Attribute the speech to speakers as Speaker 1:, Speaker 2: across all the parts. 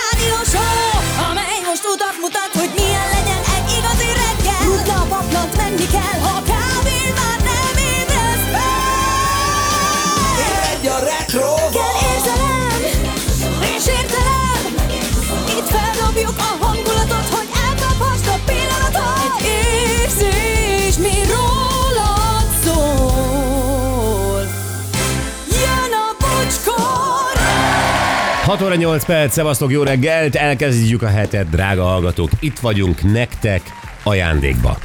Speaker 1: rádió show, amely most utat mutat, hogy milyen legyen egy igazi reggel. Rutna a paplant, menni kell, ha kávén már nem ébresz fel.
Speaker 2: Egy a retro
Speaker 1: Kell érzelem, és értelem, itt feldobjuk a hangulatot, hogy elkaphast a pillanatot. Egy érzés, mi rólad szól. Jön a bocskor!
Speaker 3: 6 óra 8 perc, szevasztok, jó reggelt, elkezdjük a hetet, drága hallgatók. Itt vagyunk nektek ajándékba.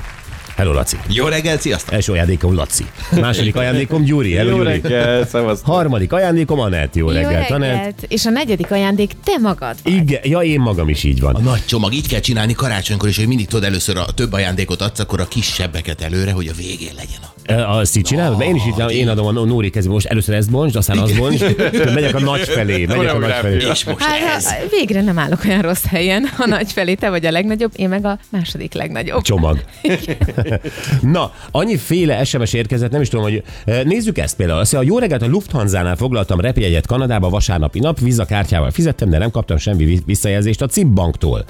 Speaker 3: Hello, Laci.
Speaker 2: Jó reggel, sziasztok!
Speaker 3: Első ajándékom Laci. Második ajándékom Gyuri. Hello,
Speaker 4: Jó
Speaker 3: Gyuri.
Speaker 5: eh,
Speaker 4: reggel, szevasztok.
Speaker 3: Harmadik ajándékom Anett. Jó,
Speaker 6: Jó
Speaker 3: reggelt,
Speaker 6: reggelt.
Speaker 3: Anett.
Speaker 6: És a negyedik ajándék te magad. vagy.
Speaker 3: Igen, ja, én magam is így van.
Speaker 2: Nagy csomag, így kell csinálni karácsonykor is, hogy mindig tudod először a több ajándékot adsz, akkor a kisebbeket előre, hogy a végén legyen a...
Speaker 3: Ö, Azt így csinálod? Mert én is így csinálom, én adom a Nóri kezébe, most először ezt bontsd, aztán az bontsd, megyek a nagy felé, megyek a nagy felé.
Speaker 2: És most
Speaker 6: Hát,
Speaker 2: ez.
Speaker 6: ha- végre nem állok olyan rossz helyen. A nagy felé te vagy a legnagyobb, én meg a második legnagyobb.
Speaker 3: Csomag. Na, annyi féle SMS érkezett, nem is tudom, hogy eh, nézzük ezt például. Azt mondja, a jó reggelt a Lufthansa-nál foglaltam repjegyet Kanadába vasárnapi nap, vizakártyával fizettem, de nem kaptam semmi vi- visszajelzést a CIP banktól.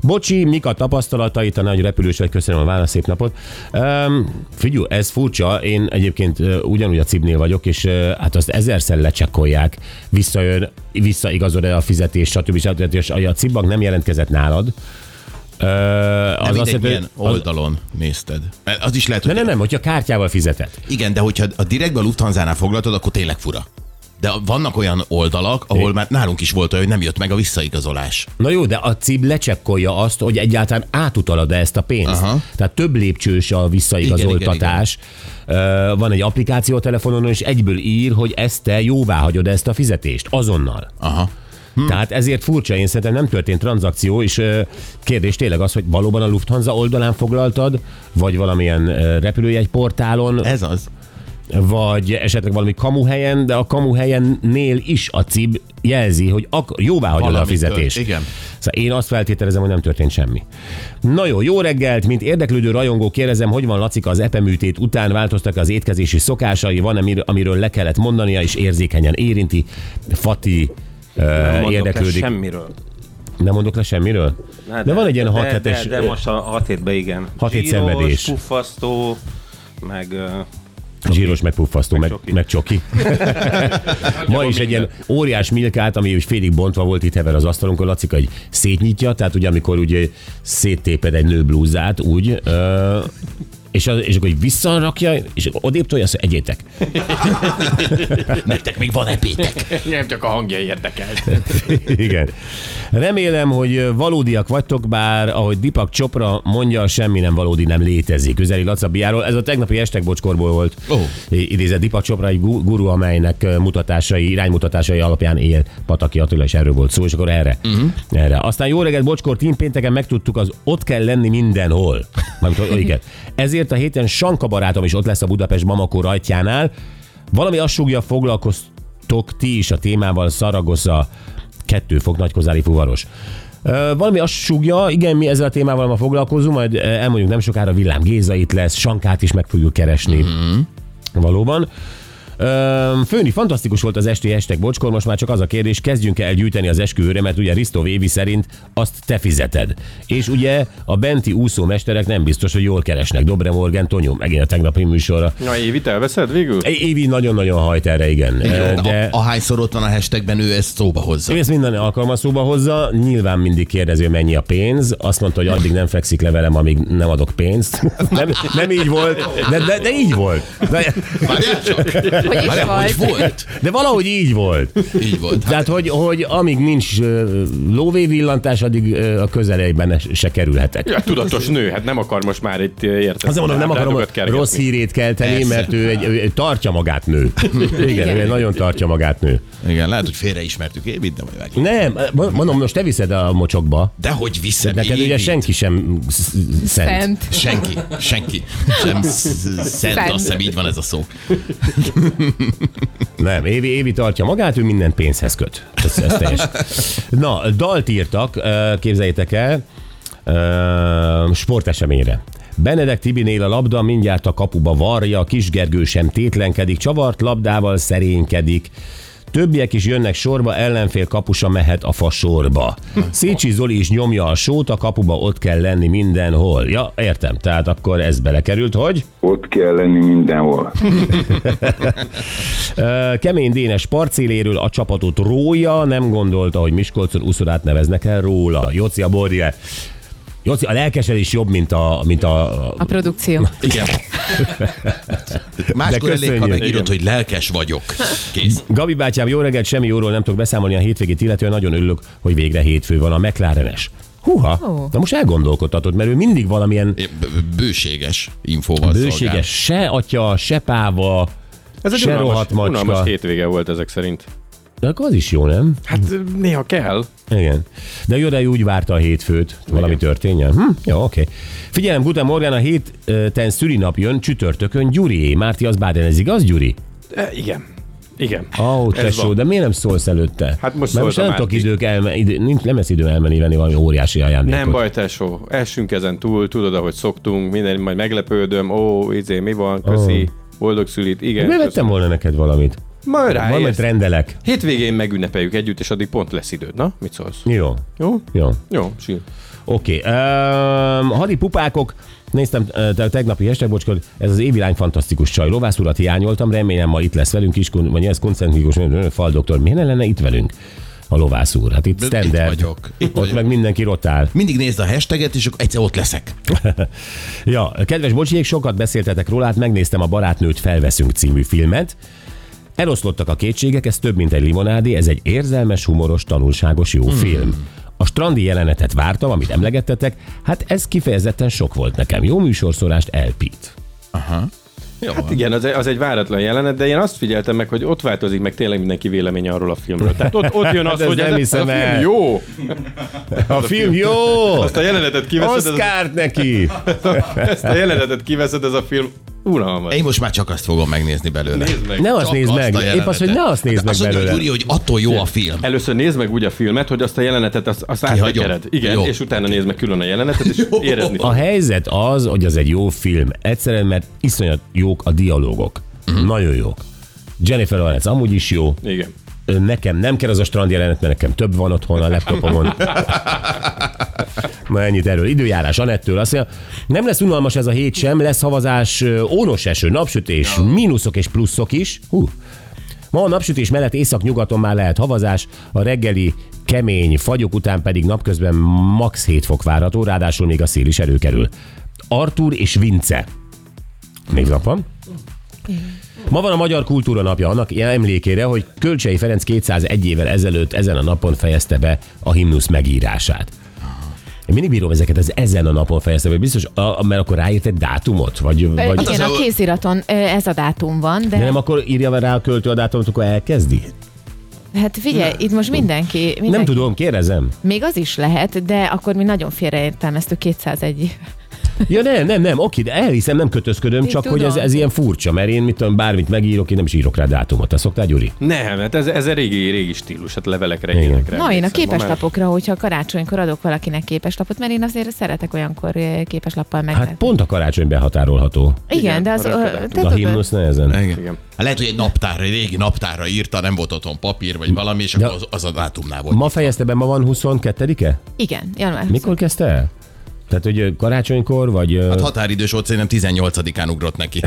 Speaker 3: Bocsi, mik a tapasztalatait, a nagy repülős vagy, köszönöm a választ, szép napot. Um, figyú, ez furcsa, én egyébként ö, ugyanúgy a cibnél vagyok, és ö, hát azt ezerszer lecsekkolják, visszajön, visszaigazod-e a fizetés, stb. stb. És a cibbank nem jelentkezett nálad. Ö, az
Speaker 2: Az mindegy,
Speaker 3: jelenti-
Speaker 2: milyen oldalon nézted. Mert Az is lehet,
Speaker 3: Ne,
Speaker 2: hogy...
Speaker 3: nem, nem, hogyha kártyával fizetett.
Speaker 2: Igen, de hogyha a direktbe a Lufthansa-nál foglaltad, akkor tényleg fura. De vannak olyan oldalak, ahol már nálunk is volt olyan, hogy nem jött meg a visszaigazolás.
Speaker 3: Na jó, de a CIB lecsekkolja azt, hogy egyáltalán átutalad-e ezt a pénzt. Aha.
Speaker 2: Aha.
Speaker 3: Tehát több lépcsős a visszaigazoltatás. Igen, igen, igen. Van egy applikáció a telefonon, és egyből ír, hogy ezt te jóvá hagyod ezt a fizetést. Azonnal.
Speaker 2: Aha.
Speaker 3: Hm. Tehát ezért furcsa, én szerintem nem történt tranzakció, és ö, kérdés tényleg az, hogy valóban a Lufthansa oldalán foglaltad, vagy valamilyen ö, repülőjegyportálon,
Speaker 2: Ez az.
Speaker 3: vagy esetleg valami kamuhelyen, de a kamuhelyennél is a CIB jelzi, hogy ak- jóvá hagyod a
Speaker 2: Valami
Speaker 3: fizetést.
Speaker 2: tört, igen.
Speaker 3: Szóval én azt feltételezem, hogy nem történt semmi. Na jó, jó reggelt, mint érdeklődő rajongó kérdezem, hogy van Lacika az epeműtét után, változtak az étkezési szokásai, van amir- amiről le kellett mondania, és érzékenyen érinti. Fati ö,
Speaker 5: mondok
Speaker 3: eh, érdeklődik.
Speaker 5: le semmiről.
Speaker 3: Nem mondok le semmiről?
Speaker 5: Na,
Speaker 3: de, de van egy ilyen
Speaker 5: de-
Speaker 3: 6
Speaker 5: de,
Speaker 3: hetes
Speaker 5: de, de most a 6 hétben igen.
Speaker 3: Hat hét
Speaker 5: Zsíros,
Speaker 3: szenvedés.
Speaker 5: puffasztó, meg eh, ö,
Speaker 3: zsíros, meg puffasztó, meg,
Speaker 5: csoki.
Speaker 3: meg csoki. Ma is egy ilyen óriás milkát, ami úgy félig bontva volt itt hever az asztalunkon, Lacika egy szétnyitja, tehát ugye amikor ugye széttéped egy nő blúzát, úgy, ö, és, az, és akkor így visszarakja, és odébb tolja, azt mondja, egyétek.
Speaker 2: Nektek még van epétek.
Speaker 7: Nem csak a hangja érdekel.
Speaker 3: Igen. Remélem, hogy valódiak vagytok, bár ahogy Dipak Csopra mondja, semmi nem valódi nem létezik. Üzeli Laca Biáról. Ez a tegnapi estek bocskorból volt.
Speaker 2: Ó.
Speaker 3: I- Idézett Dipak Csopra egy gu- guru, amelynek ö, mutatásai, iránymutatásai alapján él Pataki Attila, és erről volt szó, és akkor erre. Uh-huh. erre. Aztán jó reggelt, bocskor, tím pénteken megtudtuk, az ott kell lenni mindenhol. Mármint, hogy- igen. Ezért a héten Sanka barátom is ott lesz a Budapest Bamako rajtjánál. Valami assúgja foglalkoztok ti is a témával, Szaragosza, kettő fok nagykozári fuvaros. Ö, Valami azt súgja, igen, mi ezzel a témával ma foglalkozunk, majd ö, elmondjuk nem sokára Villám Géza itt lesz, Sankát is meg fogjuk keresni. Mm-hmm. Valóban. Ö, Főni, fantasztikus volt az esti estek bocskor, most már csak az a kérdés, kezdjünk el gyűjteni az esküvőre, mert ugye Risztó Évi szerint azt te fizeted. És ugye a benti úszómesterek nem biztos, hogy jól keresnek. Dobre Morgan, Tonyó, megint a tegnapi műsorra.
Speaker 5: na évit elveszed végül?
Speaker 3: É- Évi nagyon-nagyon hajt erre, igen. Ö,
Speaker 2: De... A, ahányszor ott van a hashtagben, ő ezt szóba hozza.
Speaker 3: Ő ezt minden alkalmas szóba hozza, nyilván mindig kérdezi, hogy mennyi a pénz. Azt mondta, hogy addig nem fekszik le velem, amíg nem adok pénzt. Nem, nem így volt, de, de, de így volt. De,
Speaker 2: Várjál csak.
Speaker 6: Hogy is
Speaker 2: Várjál,
Speaker 6: vagy.
Speaker 2: hogy volt?
Speaker 3: de valahogy így volt.
Speaker 2: Így volt. Hát,
Speaker 3: Tehát, hogy, hogy amíg nincs ö, lóvévillantás, addig ö, a közelében se kerülhetek.
Speaker 7: Ja, tudatos nő, hát nem akar most már
Speaker 5: eh,
Speaker 7: itt érteni.
Speaker 3: Azért mondom, nem akarom a
Speaker 7: kergetni.
Speaker 3: rossz hírét kelteni,
Speaker 2: Persze.
Speaker 3: mert ő, egy, ő egy- tartja magát nő. Igen, ő egy nagyon tartja magát nő.
Speaker 2: Hát, Igen, lehet, hogy félreismertük Évit, de majd meg.
Speaker 3: Nem, mondom, most te viszed a mocsokba.
Speaker 2: De hogy viszem
Speaker 3: Neked ugye
Speaker 2: Évit?
Speaker 3: senki sem sz- szent.
Speaker 6: Fent.
Speaker 2: Senki, senki. Sem sz- szent, azt hiszem így van ez a szó.
Speaker 3: Nem, Évi, Évi tartja magát, ő minden pénzhez köt. Ez, ez teljes. Na, dalt írtak, ö, képzeljétek el, ö, sporteseményre. Benedek Tibinél a labda mindjárt a kapuba varja, a kisgergő sem tétlenkedik, csavart labdával szerénykedik. Többiek is jönnek sorba, ellenfél kapusa mehet a fasorba. Szécsi Zoli is nyomja a sót, a kapuba ott kell lenni mindenhol. Ja, értem, tehát akkor ez belekerült, hogy?
Speaker 4: Ott kell lenni mindenhol.
Speaker 3: Ö, Kemény Dénes parcéléről a csapatot rója, nem gondolta, hogy Miskolcon uszodát neveznek el róla. Joci a borje. Joci, a lelkesedés jobb, mint a, mint a
Speaker 6: A produkció.
Speaker 2: Igen. Máskor elég, ha
Speaker 3: köszönjük.
Speaker 2: megírod, hogy lelkes vagyok. Kész.
Speaker 3: Gabi bátyám, jó reggelt, semmi jóról nem tudok beszámolni a hétvégét, illetően nagyon örülök, hogy végre hétfő van a McLarenes. Húha,
Speaker 6: Ó.
Speaker 3: na most elgondolkodtatod, mert ő mindig valamilyen
Speaker 2: B- Bőséges infóval
Speaker 3: bőséges, se atya, se páva,
Speaker 7: Ez egy
Speaker 3: se
Speaker 7: unalmas,
Speaker 3: rohadt
Speaker 7: unalmas
Speaker 3: macska.
Speaker 7: hétvége volt ezek szerint.
Speaker 3: De akkor az is jó, nem?
Speaker 7: Hát néha kell.
Speaker 3: Igen. De jó, de úgy várta a hétfőt, valami történjen. Hm? Jó, oké. Figyelem, Guten Morgan, a héten szülinap jön csütörtökön Gyuri. Márti az báden, igaz, Gyuri?
Speaker 7: E, igen. Igen.
Speaker 3: Ó, oh,
Speaker 7: Ez
Speaker 3: tesó,
Speaker 7: van.
Speaker 3: de miért nem szólsz előtte?
Speaker 7: Hát most
Speaker 3: Mert most
Speaker 7: szóltam
Speaker 3: nem
Speaker 7: már.
Speaker 3: tudok idők elme, idő, nincs, nem lesz idő elmenni venni valami óriási ajándékot.
Speaker 7: Nem baj, tesó. Essünk ezen túl, tudod, ahogy szoktunk, minden, majd meglepődöm. Ó, izé, mi van, köszi. Boldog szülit, igen.
Speaker 3: Miért
Speaker 7: köszi.
Speaker 3: vettem volna neked valamit?
Speaker 7: Majd
Speaker 3: Valamit
Speaker 7: ráérsz.
Speaker 3: rendelek.
Speaker 7: Hétvégén megünnepeljük együtt, és addig pont lesz időd. Na, mit szólsz?
Speaker 3: Jó,
Speaker 7: Jó?
Speaker 3: jó.
Speaker 7: Jó, sír.
Speaker 3: Oké. Okay. hadi pupákok. Néztem ö, te- tegnapi hashtagbocskod, ez az évilány fantasztikus csaj. Lovász urat hiányoltam, remélem ma itt lesz velünk is, kun- vagy ez koncentrikus ö, ö, fal doktor. Miért ne lenne itt velünk a lovász úr? Hát itt
Speaker 2: De itt
Speaker 3: standard.
Speaker 2: vagyok, itt
Speaker 3: Ott
Speaker 2: vagyok.
Speaker 3: meg mindenki rotál.
Speaker 2: Mindig nézd a hashtaget, és akkor egyszer ott leszek.
Speaker 3: Ja, kedves bocsiék, sokat beszéltetek róla, hát megnéztem a Barátnőt felveszünk című filmet. Eloszlottak a kétségek, ez több, mint egy limonádé, ez egy érzelmes, humoros, tanulságos jó hmm. film. A strandi jelenetet vártam, amit emlegettetek, hát ez kifejezetten sok volt nekem. Jó műsorszorást elpít.
Speaker 2: Jó.
Speaker 7: Hát igen, az, az egy váratlan jelenet, de én azt figyeltem meg, hogy ott változik meg tényleg mindenki véleménye arról a filmről. Tehát ott, ott jön az,
Speaker 3: Hát ezt
Speaker 7: hogy
Speaker 3: nem
Speaker 7: ez, ez
Speaker 3: hiszem
Speaker 7: a film
Speaker 3: el.
Speaker 7: jó.
Speaker 3: A film jó!
Speaker 7: Azt a jelenetet kiveszed, ez,
Speaker 3: Oszkárt neki!
Speaker 7: ezt a jelenetet kiveszed, ez a film unalmas.
Speaker 2: Én most már csak azt fogom megnézni belőle.
Speaker 7: Nézd meg.
Speaker 3: Ne azt
Speaker 2: Csak
Speaker 3: nézd
Speaker 2: azt a
Speaker 3: meg! Épp
Speaker 2: jelenetet.
Speaker 3: az, hogy ne azt nézd
Speaker 2: De
Speaker 3: meg
Speaker 2: azt mondja,
Speaker 3: belőle.
Speaker 2: Gyuri, hogy attól jó a film.
Speaker 7: Először nézd meg úgy a filmet, hogy azt a jelenetet azt, azt
Speaker 2: Kihagyom.
Speaker 7: áttekered. Igen,
Speaker 2: Jó.
Speaker 7: és utána nézd meg külön a jelenetet, és érezni
Speaker 3: A
Speaker 7: fogod.
Speaker 3: helyzet az, hogy az egy jó film. Egyszerűen, mert iszonyat jók a dialógok. Uh-huh. Nagyon jók. Jennifer Lawrence amúgy is jó.
Speaker 7: Igen.
Speaker 3: Ö, Nekem nem kell az a strand jelenet, mert nekem több van otthon a laptopomon. Na ennyit erről. Időjárás Anettől. Azt mondja, nem lesz unalmas ez a hét sem, lesz havazás, ö, ónos eső, napsütés, mínuszok és pluszok is. Hú. Ma a napsütés mellett északnyugaton már lehet havazás, a reggeli kemény fagyok után pedig napközben max 7 fok várható, ráadásul még a szél is előkerül. Artur és Vince. Még nap van? Ma van a Magyar Kultúra Napja, annak emlékére, hogy Kölcsei Ferenc 201 évvel ezelőtt ezen a napon fejezte be a himnusz megírását. Én mindig bírom ezeket, ez ezen a napon fejezte be. Biztos, a, mert akkor ráírt egy dátumot? Vagy,
Speaker 6: Ö,
Speaker 3: vagy...
Speaker 6: Hát Igen,
Speaker 2: az
Speaker 6: a
Speaker 2: a-
Speaker 6: kéziraton ö, ez a dátum van, de
Speaker 3: De nem akkor írja rá a költő a dátumot, akkor elkezdi?
Speaker 6: hát figyelj, itt most mindenki, mindenki
Speaker 3: Nem tudom, kérdezem.
Speaker 6: még az is lehet, de akkor mi nagyon félreértelmeztük 201
Speaker 3: Ja nem, nem, nem, oké, de elhiszem, nem kötözködöm,
Speaker 6: Én
Speaker 3: csak hogy
Speaker 6: tudom.
Speaker 3: ez, ez ilyen furcsa, mert én mit tudom, bármit megírok, én nem is írok rá dátumot. Te szoktál, Gyuri?
Speaker 7: Nem, hát ez, ez a régi, régi stílus, hát levelekre,
Speaker 3: Igen.
Speaker 7: ilyenekre.
Speaker 6: Na, én a
Speaker 7: emlékszem, ma már-
Speaker 6: képeslapokra, hogyha karácsonykor adok valakinek képeslapot, mert én azért szeretek olyankor ö, képeslappal meg.
Speaker 3: Hát pont a karácsony behatárolható.
Speaker 6: igen,
Speaker 7: igen,
Speaker 6: de az...
Speaker 7: arra
Speaker 6: ö,
Speaker 7: kell
Speaker 6: te
Speaker 3: A
Speaker 6: tudod.
Speaker 3: himnusz nehezen.
Speaker 2: Igen. Hát lehet, hogy egy naptárra, egy régi naptárra írta, nem volt otthon papír, vagy valami, és akkor az, az a dátumnál volt.
Speaker 3: Ma fejezte be, ma van 22-e?
Speaker 6: Igen, január.
Speaker 3: Mikor kezdte el? Tehát, hogy ö, karácsonykor, vagy... ö,
Speaker 2: Hát határidős volt, szerintem 18-án ugrott neki.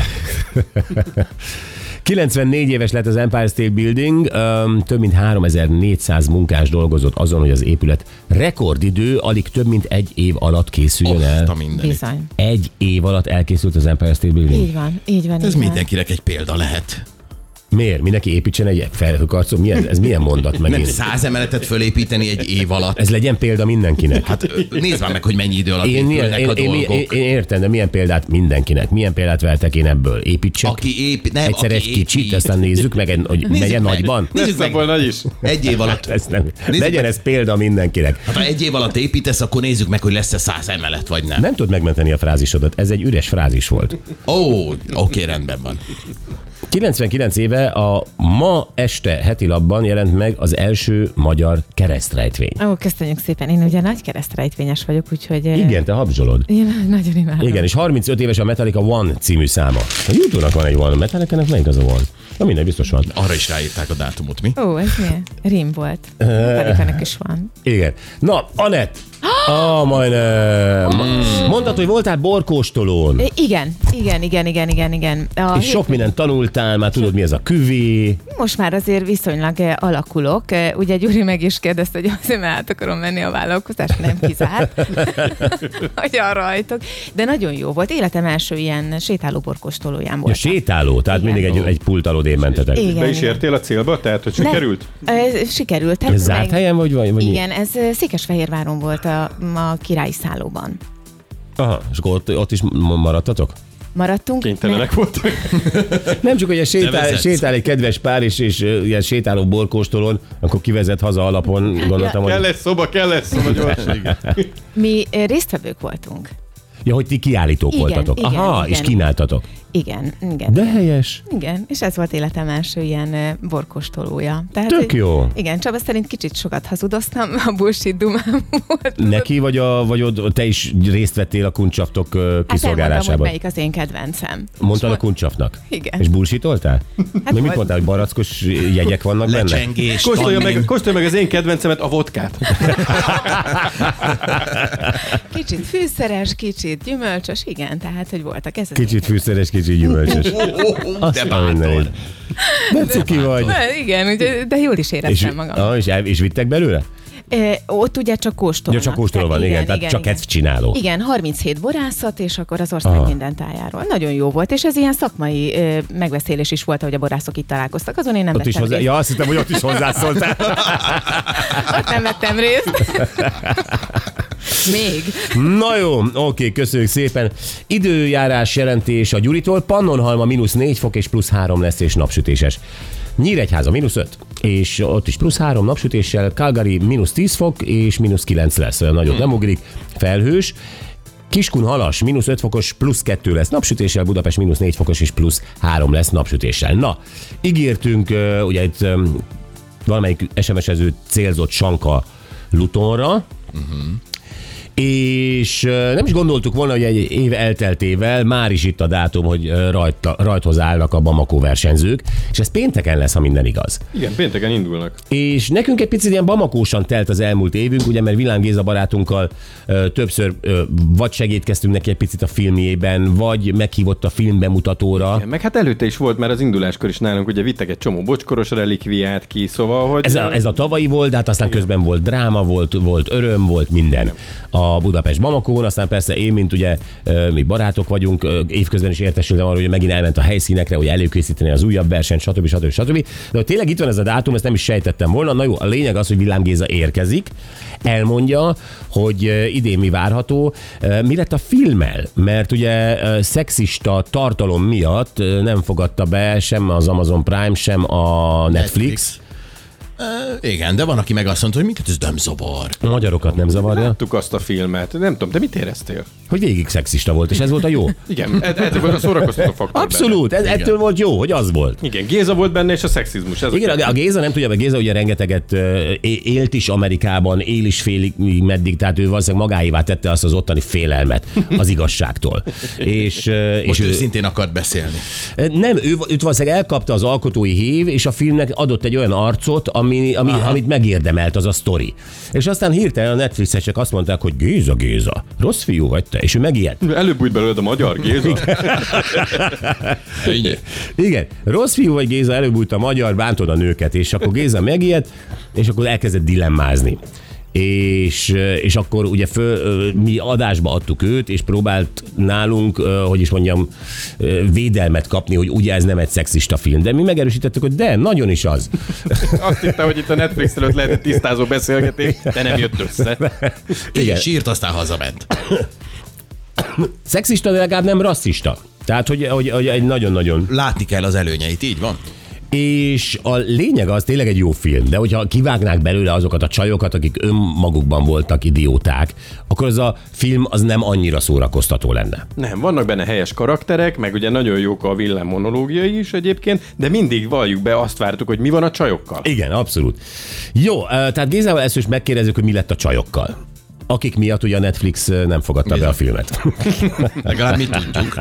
Speaker 3: 94 éves lett az Empire State Building, öm, több mint 3400 munkás dolgozott azon, hogy az épület rekordidő, alig több mint egy év alatt készüljön
Speaker 2: Azt a
Speaker 3: el.
Speaker 2: mindenit.
Speaker 6: Bizony.
Speaker 3: Egy év alatt elkészült az Empire State Building.
Speaker 6: Így van, így van.
Speaker 2: Ez
Speaker 6: így van.
Speaker 2: mindenkinek egy példa lehet.
Speaker 3: Miért? Mindenki építsen egy felhőkarcot? Mi ez, ez milyen mondat
Speaker 2: Nem
Speaker 3: megint?
Speaker 2: száz emeletet fölépíteni egy év alatt.
Speaker 3: Ez legyen példa mindenkinek.
Speaker 2: Hát ö, nézd már meg, hogy mennyi idő alatt
Speaker 3: Én, milyen,
Speaker 2: épülnek
Speaker 3: én,
Speaker 2: a
Speaker 3: én,
Speaker 2: dolgok.
Speaker 3: én, én értem, de milyen példát mindenkinek? Milyen példát vertek én ebből? Építsek?
Speaker 2: aki épp, nem,
Speaker 3: Egyszer
Speaker 2: aki
Speaker 3: egy kicsit,
Speaker 2: épít.
Speaker 3: aztán nézzük meg, hogy
Speaker 2: Nézzük
Speaker 3: megyen
Speaker 2: meg.
Speaker 3: nagyban. Hát
Speaker 2: Nézzük
Speaker 7: Persze,
Speaker 2: meg,
Speaker 7: volna is.
Speaker 2: egy év alatt.
Speaker 3: Ez nem.
Speaker 2: Nézzük
Speaker 3: Legyen
Speaker 2: meg.
Speaker 3: ez példa mindenkinek.
Speaker 2: Hát, ha egy év alatt építesz, akkor nézzük meg, hogy lesz-e száz emelet, vagy nem.
Speaker 3: Nem tudod megmenteni a frázisodat, ez egy üres frázis volt.
Speaker 2: Ó, oké, rendben van.
Speaker 3: 99 éve a ma este heti labban jelent meg az első magyar keresztrejtvény.
Speaker 6: Ó, köszönjük szépen. Én ugye nagy keresztrejtvényes vagyok, úgyhogy... eh,
Speaker 3: Igen, te habzsolod.
Speaker 6: Én nagyon imádom.
Speaker 3: Igen, és 35 éves a Metallica One című száma. A YouTube-nak van egy One, Metallica-nek melyik az a One? Na mindegy, biztos van.
Speaker 2: Arra is ráírták a dátumot, mi?
Speaker 6: Ó, ez mi? Rim volt. Pedig ennek is van.
Speaker 3: Igen. Na, Anett! Ah, majdnem. Mondtad, hogy voltál borkóstolón,
Speaker 6: I- Igen, igen, igen, igen, igen, igen. A
Speaker 3: és sok mindent tanultál, már tudod, mi ez a küvé.
Speaker 6: Most már azért viszonylag eh, alakulok. Eh, Ugye Gyuri meg is kérdezte, hogy azért mert át akarom menni a vállalkozást, nem kizárt, hogy arra hajtok. De nagyon jó volt. Életem első ilyen sétálóborkostolóján
Speaker 3: A
Speaker 6: volt.
Speaker 3: sétáló, tehát
Speaker 6: Igen.
Speaker 3: mindig egy, egy pult alól én mentetek.
Speaker 6: Igen,
Speaker 7: Be is
Speaker 6: igen.
Speaker 7: értél a célba? Tehát, hogy sikerült?
Speaker 6: Ne, ö, sikerült. Hát
Speaker 3: Ez zárt helyen vagy? vagy, vagy
Speaker 6: Igen, ez ö, Székesfehérváron volt a, a királyi szállóban.
Speaker 3: Aha, és akkor ott, ott is m- maradtatok?
Speaker 6: Maradtunk.
Speaker 7: Kénytelenek voltak.
Speaker 3: Nem csak, hogy a sétál,
Speaker 2: vezetsz.
Speaker 3: sétál egy kedves pár, és, és ö, ilyen sétáló borkóstolón, akkor kivezet haza alapon, gondoltam,
Speaker 7: Kell
Speaker 3: hogy,
Speaker 7: egy szoba, kell egy szoba gyorsan.
Speaker 6: Mi ö, résztvevők voltunk.
Speaker 3: ja, hogy ti kiállítók
Speaker 6: Igen,
Speaker 3: voltatok.
Speaker 6: igen,
Speaker 3: Aha,
Speaker 6: igen.
Speaker 3: és kínáltatok.
Speaker 6: Igen, igen.
Speaker 3: De helyes.
Speaker 6: Igen, és ez volt életem első ilyen ö, borkostolója. Tehát,
Speaker 3: Tök
Speaker 6: hogy-
Speaker 3: jó.
Speaker 6: Igen, Csaba szerint kicsit sokat hazudoztam, a bullshit dumám volt. Hát
Speaker 3: Neki, vagy, a, vagy ott, te is részt vettél a kuncsaftok ö,
Speaker 6: Hát elmondom, hogy
Speaker 3: kiszolgálásában?
Speaker 6: melyik az én kedvencem.
Speaker 3: Mondtad a kuncsafnak?
Speaker 6: Igen.
Speaker 3: És bullshitoltál? Hát mit
Speaker 6: vagy-
Speaker 3: mondtál, hogy barackos jegyek vannak benne?
Speaker 2: Lecsengés,
Speaker 7: Kóstolja
Speaker 2: tannin.
Speaker 7: meg, kóstolja meg az én kedvencemet, a vodkát.
Speaker 6: Kicsit fűszeres, kicsit gyümölcsös, igen, tehát, hogy voltak ez az
Speaker 3: Kicsit fűszeres, kicsit gyümölcsös. Azt a
Speaker 2: bátor.
Speaker 3: mindenit. De cuki vagy.
Speaker 6: Na, igen, ugye, de jól is éreztem
Speaker 3: És,
Speaker 6: magam.
Speaker 3: ah, és, el- és vittek belőle?
Speaker 6: Ö, ott ugye csak
Speaker 3: Ja,
Speaker 6: kóstolnak.
Speaker 3: csak kóstoló van, igen, igen, tehát csak ezt csináló.
Speaker 6: Igen, 37 borászat, és akkor az ország
Speaker 3: Aha.
Speaker 6: minden tájáról. Nagyon jó volt, és ez ilyen szakmai ö, megbeszélés is volt, hogy a borászok itt találkoztak, azon én nem
Speaker 3: Ott is
Speaker 6: vettem
Speaker 3: hozzá...
Speaker 6: részt.
Speaker 3: Ja, azt hittem, hogy ott is hozzászóltál.
Speaker 6: Ott nem vettem részt. Még.
Speaker 3: Na jó, oké, köszönjük szépen. Időjárás jelentés a Gyuritól. Pannonhalma mínusz 4 fok és plusz 3 lesz és napsütéses. Nyíregyháza mínusz 5, és ott is plusz 3 napsütéssel. Calgary mínusz 10 fok és mínusz 9 lesz. Olyan Nagyot nem ugrik. Felhős. Kiskun halas, mínusz 5 fokos, plusz 2 lesz napsütéssel, Budapest mínusz 4 fokos és plusz 3 lesz napsütéssel. Na, ígértünk, ö, ugye itt ö, valamelyik SMS-ező célzott Sanka Lutonra, és ö, nem is gondoltuk volna, hogy egy év elteltével már is itt a dátum, hogy ö, rajta, rajthoz állnak a Bamako versenyzők, és ez pénteken lesz, ha minden igaz.
Speaker 7: Igen, pénteken indulnak.
Speaker 3: És nekünk egy picit ilyen bamakósan telt az elmúlt évünk, ugye, mert Vilán Géza barátunkkal ö, többször ö, vagy segítkeztünk neki egy picit a filmjében, vagy meghívott a filmbemutatóra.
Speaker 7: Meg hát előtte is volt már az induláskor is nálunk, ugye vittek egy csomó bocskoros relikviát ki, szóval, hogy...
Speaker 3: Ez a, ez a tavalyi volt, de hát aztán közben volt dráma, volt, volt öröm, volt minden a Budapest Bamakón, aztán persze én, mint ugye ö, mi barátok vagyunk, ö, évközben is értesültem arról, hogy megint elment a helyszínekre, hogy előkészíteni az újabb versenyt, stb. stb. stb. De hogy tényleg itt van ez a dátum, ezt nem is sejtettem volna. Na jó, a lényeg az, hogy Villám Géza érkezik, elmondja, hogy ö, idén mi várható. Ö, Mi lett a filmmel? Mert ugye ö, szexista tartalom miatt ö, nem fogadta be sem az Amazon Prime, sem a Netflix.
Speaker 2: Ö, Igen, de van, aki meg azt mondta, hogy minket ez nem zavar.
Speaker 3: A magyarokat nem zavarja,
Speaker 7: Láttuk azt a filmet. Nem tudom, te mit éreztél?
Speaker 3: hogy végig szexista volt, és ez volt a jó.
Speaker 7: Igen, ez, ez volt a szórakoztató faktor.
Speaker 3: Abszolút, ez, ettől volt jó, hogy az volt.
Speaker 7: Benne. Igen, Géza volt benne, és a szexizmus. Ez
Speaker 3: Igen, a- a Géza nem tudja, mert Géza ugye rengeteget ö, é- élt is Amerikában, él is félig meddig, tehát ő valószínűleg magáévá tette azt az ottani félelmet az igazságtól. és, ö, és
Speaker 2: Most
Speaker 3: ő,
Speaker 2: őszintén akart beszélni.
Speaker 3: nem, ő, őt valószínűleg elkapta az alkotói hív, és a filmnek adott egy olyan arcot, ami, ami, amit megérdemelt az a sztori. És aztán hirtelen a Netflixesek azt mondták, hogy Géza, Géza, rossz fiú vagy te, és ő megijedt.
Speaker 7: Előbb úgy belőled a magyar Géza.
Speaker 2: Így.
Speaker 3: Igen, rossz fiú vagy Géza, előbújt a magyar, bántod a nőket, és akkor Géza megijedt, és akkor elkezdett dilemmázni. És, eh, és akkor ugye föl, eh, mi adásba adtuk őt, és próbált nálunk, ö, hogy is mondjam, ö, védelmet kapni, hogy ugye ez nem egy szexista film. De mi megerősítettük, hogy de, nagyon is az.
Speaker 7: Azt hitte, hogy itt a Netflix előtt lehet egy tisztázó beszélgetés, de nem jött össze.
Speaker 3: Igen.
Speaker 2: Igen. Sírt, aztán hazament.
Speaker 3: Szexista, de legalább nem rasszista. Tehát, hogy, hogy, hogy egy nagyon-nagyon...
Speaker 2: Látni kell az előnyeit, így van?
Speaker 3: És a lényeg az tényleg egy jó film, de hogyha kivágnák belőle azokat a csajokat, akik önmagukban voltak idióták, akkor az a film az nem annyira szórakoztató lenne.
Speaker 7: Nem, vannak benne helyes karakterek, meg ugye nagyon jók a villám monológiai is egyébként, de mindig valljuk be, azt vártuk, hogy mi van a csajokkal.
Speaker 3: Igen, abszolút. Jó, ö, tehát Gézával ezt is megkérdezzük, hogy mi lett a csajokkal. Akik miatt ugye a Netflix ö, nem fogadta be a filmet.
Speaker 2: Legalább mi tudjuk.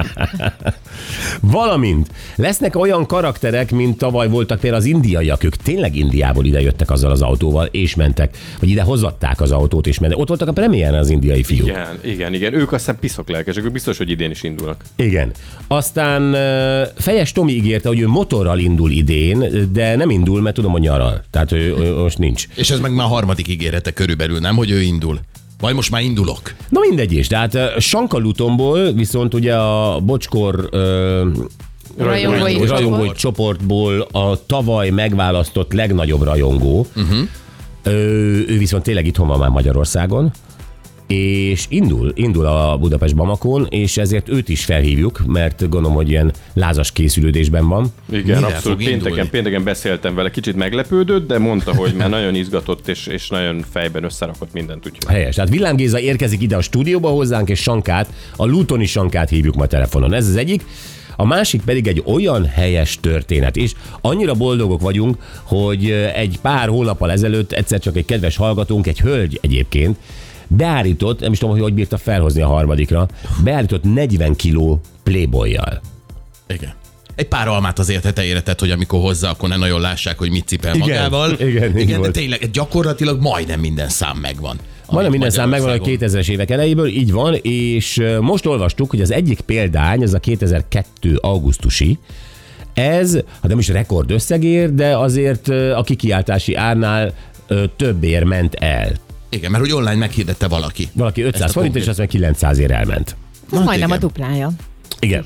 Speaker 3: Valamint lesznek olyan karakterek, mint tavaly voltak például az indiaiak, ők tényleg Indiából ide jöttek azzal az autóval, és mentek, vagy ide hozatták az autót, és mentek. Ott voltak a premiéren az indiai fiúk. Igen.
Speaker 7: Igen, igen, igen. Ők aztán piszok lelkesek, ők biztos, hogy idén is indulnak.
Speaker 3: Igen. Aztán ö, Fejes Tomi ígérte, hogy ő motorral indul idén, de nem indul, mert tudom, hogy nyaral. Tehát ő, ő most nincs.
Speaker 2: És ez meg már a harmadik ígérete körülbelül, nem, hogy ő indul. Vagy most már indulok.
Speaker 3: Na mindegy is, tehát ö, Sankalutomból viszont ugye a Bocskor ö,
Speaker 6: Rajongói
Speaker 3: rajongói, rajongói
Speaker 6: csoport.
Speaker 3: csoportból a tavaly megválasztott legnagyobb rajongó.
Speaker 7: Mhm.
Speaker 3: Uh-huh. Ő, ő viszont tényleg itthon van már Magyarországon, és indul, indul a Budapest Bamakon, és ezért őt is felhívjuk, mert gondolom, hogy ilyen lázas készülődésben van.
Speaker 7: Igen,
Speaker 2: Mire
Speaker 7: abszolút.
Speaker 2: fog indulni?
Speaker 7: Pénteken, pénteken beszéltem vele, kicsit meglepődött, de mondta, hogy már nagyon izgatott és, és nagyon fejben összerakott mindent, úgyhogy.
Speaker 3: Helyes. Tehát Villám Géza érkezik ide a stúdióba hozzánk, és Sankát, a Lutoni Sankát hívjuk ma telefonon. Ez az egyik. A másik pedig egy olyan helyes történet, és annyira boldogok vagyunk, hogy egy pár hónappal ezelőtt egyszer csak egy kedves hallgatónk, egy hölgy egyébként, beállított, nem is tudom, hogy hogy bírta felhozni a harmadikra, beállított 40 kiló playboyjal.
Speaker 2: Igen. Egy pár almát azért tetejére tett, hogy amikor hozzá, akkor ne nagyon lássák, hogy mit cipel igen, magával.
Speaker 3: igen, így
Speaker 2: igen de
Speaker 3: volt.
Speaker 2: tényleg gyakorlatilag majdnem minden szám megvan.
Speaker 3: Majdnem
Speaker 2: amit
Speaker 3: minden szám megvan a
Speaker 2: Magyarországon-
Speaker 3: 2000-es évek elejéből, így van, és ö, most olvastuk, hogy az egyik példány, ez a 2002 augusztusi, ez, hát nem is rekord összegér, de azért ö, a kikiáltási árnál ö, többért ment el.
Speaker 2: Igen, mert hogy online meghirdette valaki.
Speaker 3: Valaki 500
Speaker 2: Ezt a
Speaker 3: forint, és
Speaker 2: konkrét-
Speaker 3: azt meg 900 ér elment.
Speaker 6: Ez majdnem a
Speaker 2: igen.
Speaker 6: duplája.
Speaker 3: Igen.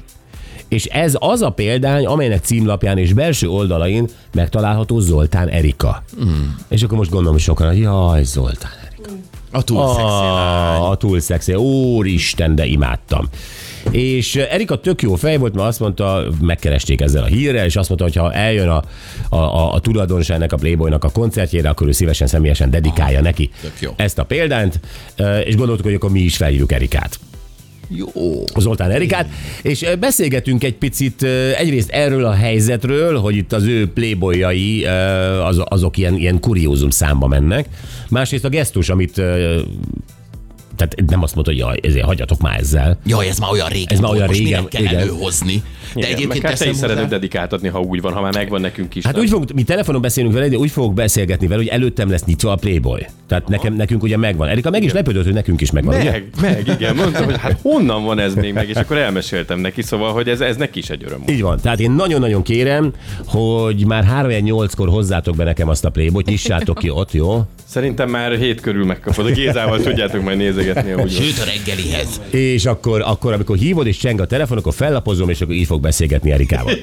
Speaker 3: És ez az a példány, amelynek címlapján és belső oldalain megtalálható Zoltán Erika. Mm.
Speaker 2: Hmm.
Speaker 3: És akkor most gondolom, hogy sokan, hogy jaj, Zoltán Erika.
Speaker 2: A túl oh.
Speaker 3: Ah, a túl szexi. Úristen, de imádtam. És eh, Erika tök jó fej volt, mert azt mondta, megkeresték ezzel a hírrel, és azt mondta, hogy ha eljön a, a, a, a tulajdonosának, a Playboynak a koncertjére, akkor ő szívesen, személyesen dedikálja neki
Speaker 2: Ah, tök jó.
Speaker 3: ezt a példányt, eh, és gondoltuk, hogy akkor mi is felhívjuk Erikát.
Speaker 2: Jó.
Speaker 3: Zoltán Erikát, és eh, beszélgetünk egy picit eh, egyrészt erről a helyzetről, hogy itt az ő playboyai eh, az, azok ilyen, ilyen kuriózum számba mennek, másrészt a gesztus, amit eh, tehát nem azt mondta, hogy jaj, ezért hagyjatok már ezzel.
Speaker 2: Jaj, ez már olyan régen.
Speaker 3: Ez már
Speaker 2: volt,
Speaker 3: olyan
Speaker 2: most
Speaker 3: régen,
Speaker 2: minek kell
Speaker 3: igen.
Speaker 2: előhozni. De
Speaker 7: Igen,
Speaker 2: egyébként
Speaker 7: meg hát te is
Speaker 2: teszem hozzá-
Speaker 7: szereted dedikáltatni, ha úgy van, ha már megvan nekünk is.
Speaker 3: Hát úgy fogunk, mi telefonon beszélünk vele, de úgy fogok beszélgetni vele, hogy előttem lesz nyitva a Playboy. Tehát nekem, nekünk ugye megvan. Erika meg is lepődött, hogy nekünk is megvan. Ugye?
Speaker 7: meg, meg, igen, mondtam, hogy hát honnan van ez még meg, és akkor elmeséltem neki, szóval, hogy ez, ez neki is egy öröm. volt.
Speaker 3: Így van. Tehát én nagyon-nagyon kérem, hogy már 3-8-kor hozzátok be nekem azt a Playboy-t, nyissátok ki ott, jó?
Speaker 7: Szerintem már hét körül megkapod a Gézával, tudjátok majd nézegetni, ahogy van.
Speaker 2: Sőt a reggelihez.
Speaker 3: És akkor, akkor, amikor hívod és cseng a telefon, akkor fellapozom, és akkor így fog beszélgetni Erikával.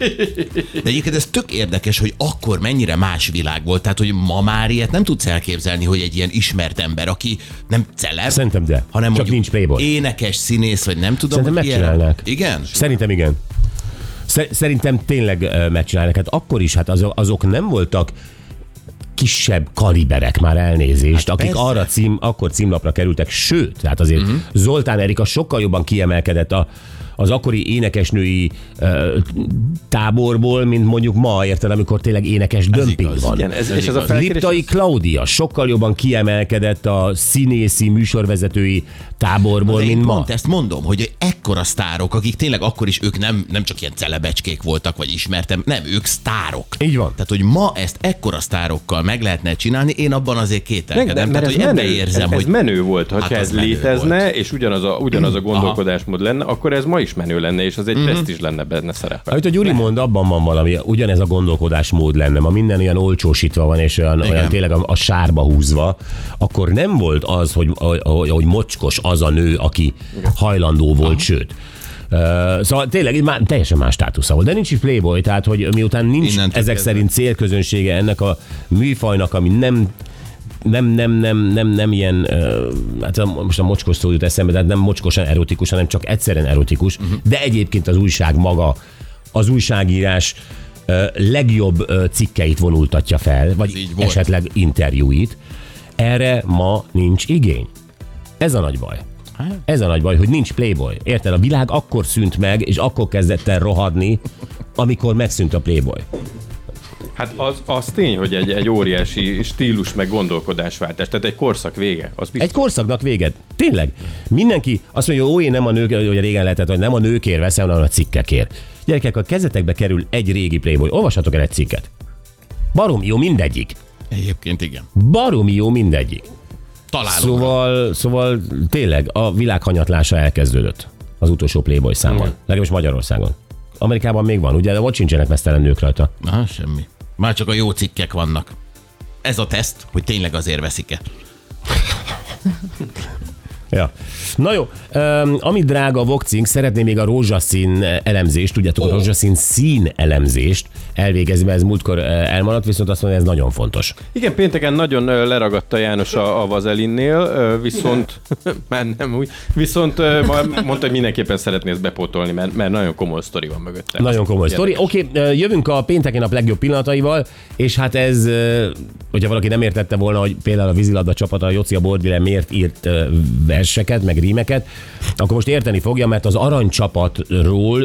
Speaker 2: De egyébként ez tök érdekes, hogy akkor mennyire más világ volt. Tehát, hogy ma már ilyet nem tudsz elképzelni, hogy egy ilyen ismert ember, aki nem celeb,
Speaker 3: Szerintem de.
Speaker 2: hanem
Speaker 3: Csak
Speaker 2: mondjuk
Speaker 3: nincs Playboy.
Speaker 2: énekes, színész, vagy nem tudom.
Speaker 3: Szerintem
Speaker 2: hogy ilyen-
Speaker 3: megcsinálnák.
Speaker 2: Igen?
Speaker 3: Szerintem igen. Szer- Szerintem tényleg ö, megcsinálnak. Hát akkor is, hát azok, azok nem voltak kisebb kaliberek már elnézést, hát akik
Speaker 2: persze.
Speaker 3: persze. arra cím, akkor címlapra kerültek, sőt, tehát azért
Speaker 7: Mhm.
Speaker 3: uh-huh. Zoltán Erika sokkal jobban kiemelkedett a, az akkori énekesnői ö, táborból, mint mondjuk ma, érted, amikor tényleg énekes dömping
Speaker 2: igaz.
Speaker 3: van.
Speaker 7: Igen, ez, és ez a felkérés...
Speaker 3: Liptai Klaudia sokkal jobban kiemelkedett a színészi műsorvezetői táborból,
Speaker 2: De
Speaker 3: mint
Speaker 2: én
Speaker 3: ma.
Speaker 2: pont ezt mondom, hogy ekkora sztárok, akik tényleg akkor is ők nem, nem csak ilyen celebecskék voltak, vagy ismertem, nem, ők sztárok.
Speaker 3: Így van.
Speaker 2: Tehát, hogy ma ezt ekkora sztárokkal meg lehetne csinálni, én abban azért
Speaker 7: Meg,
Speaker 2: kételkedem.
Speaker 7: de, mert
Speaker 2: Tehát,
Speaker 7: ez,
Speaker 2: hogy ebbe
Speaker 7: menő,
Speaker 2: érzem,
Speaker 7: ez,
Speaker 2: hogy...
Speaker 7: ez menő volt, ha
Speaker 2: Hát
Speaker 7: hát
Speaker 2: az
Speaker 7: ez
Speaker 2: menő
Speaker 7: létezne, volt. és ugyanaz a, ugyanaz a gondolkodásmód lenne, akkor ez ma is menő lenne, és az egy mm-hmm. is lenne benne szerepel.
Speaker 3: Amit a Gyuri mond, abban van valami, ugyanez a gondolkodásmód lenne, ma minden olyan olcsósítva van, és olyan, olyan tényleg a, a sárba húzva, akkor nem volt az, hogy, hogy, hogy mocskos az a nő, aki hajlandó volt, Aha. sőt. Uh, szóval tényleg így már teljesen más státusza volt, de nincs is playboy, tehát hogy miután nincs
Speaker 2: Innentől
Speaker 3: Innentől ezek
Speaker 2: kezdve.
Speaker 3: szerint célközönsége ennek a műfajnak, ami nem nem, nem, nem, nem, nem ilyen, ö, hát a- most a mocskos szó jut eszembe, tehát nem mocskosan erotikus,
Speaker 2: Mhm.
Speaker 3: hanem csak egyszerűen erotikus, uh-huh. de egyébként az újság maga, az újságírás ö, legjobb ö, cikkeit vonultatja fel,
Speaker 2: Ez
Speaker 3: vagy
Speaker 2: így volt.
Speaker 3: esetleg interjúit. Erre ma nincs igény. Ez a nagy baj.
Speaker 2: Hát.
Speaker 3: Ez a nagy baj, hogy nincs Playboy. Érted? A világ akkor szűnt meg, és akkor kezdett el rohadni, amikor megszűnt a Playboy.
Speaker 7: Hát az, az tény, hogy egy, egy óriási stílus meg gondolkodásváltás, tehát egy korszak vége. Az biztos.
Speaker 3: Egy korszaknak véged. Tényleg. Mindenki azt mondja, ó, én nem a nők, ugye régen lehetett, hogy nem a nőkért veszem, hanem a cikkekért. Gyerekek, a kezetekbe kerül egy régi Playboy. Olvashatok el egy cikket. Barom jó mindegyik.
Speaker 2: Egyébként igen.
Speaker 3: Barom jó mindegyik.
Speaker 2: Találom. Szóval...
Speaker 3: Szóval, szóval tényleg a világ hanyatlása elkezdődött az utolsó Playboy számmal. Legalábbis Magyarországon. Amerikában még van, ugye, de ott sincsenek mesztelen nők rajta.
Speaker 2: Na, semmi. Már csak a jó cikkek vannak. Ez a teszt, hogy tényleg azért veszik-e.
Speaker 3: Ja. Na jó, um, ami drága a vokcink, szeretné még a rózsaszín elemzést, tudjátok, oh. a rózsaszín szín elemzést elvégezni, mert ez múltkor ö, elmaradt, viszont azt mondja, ez nagyon fontos.
Speaker 7: Igen, pénteken nagyon ö, leragadta János a, a vazelinnél, ö, viszont már nem úgy, viszont ö, ma- mondta, hogy mindenképpen szeretné ezt bepótolni, mert, mert nagyon komoly sztori van mögötte.
Speaker 3: Nagyon komoly sztori. Oké, ö, jövünk a pénteki nap legjobb pillanataival, és hát ez, ö, hogyha valaki nem értette volna, hogy például a vízilabda csapata, a Jocia Bordvile miért írt ö, verseket, meg rímeket, akkor most érteni fogja, mert az aranycsapatról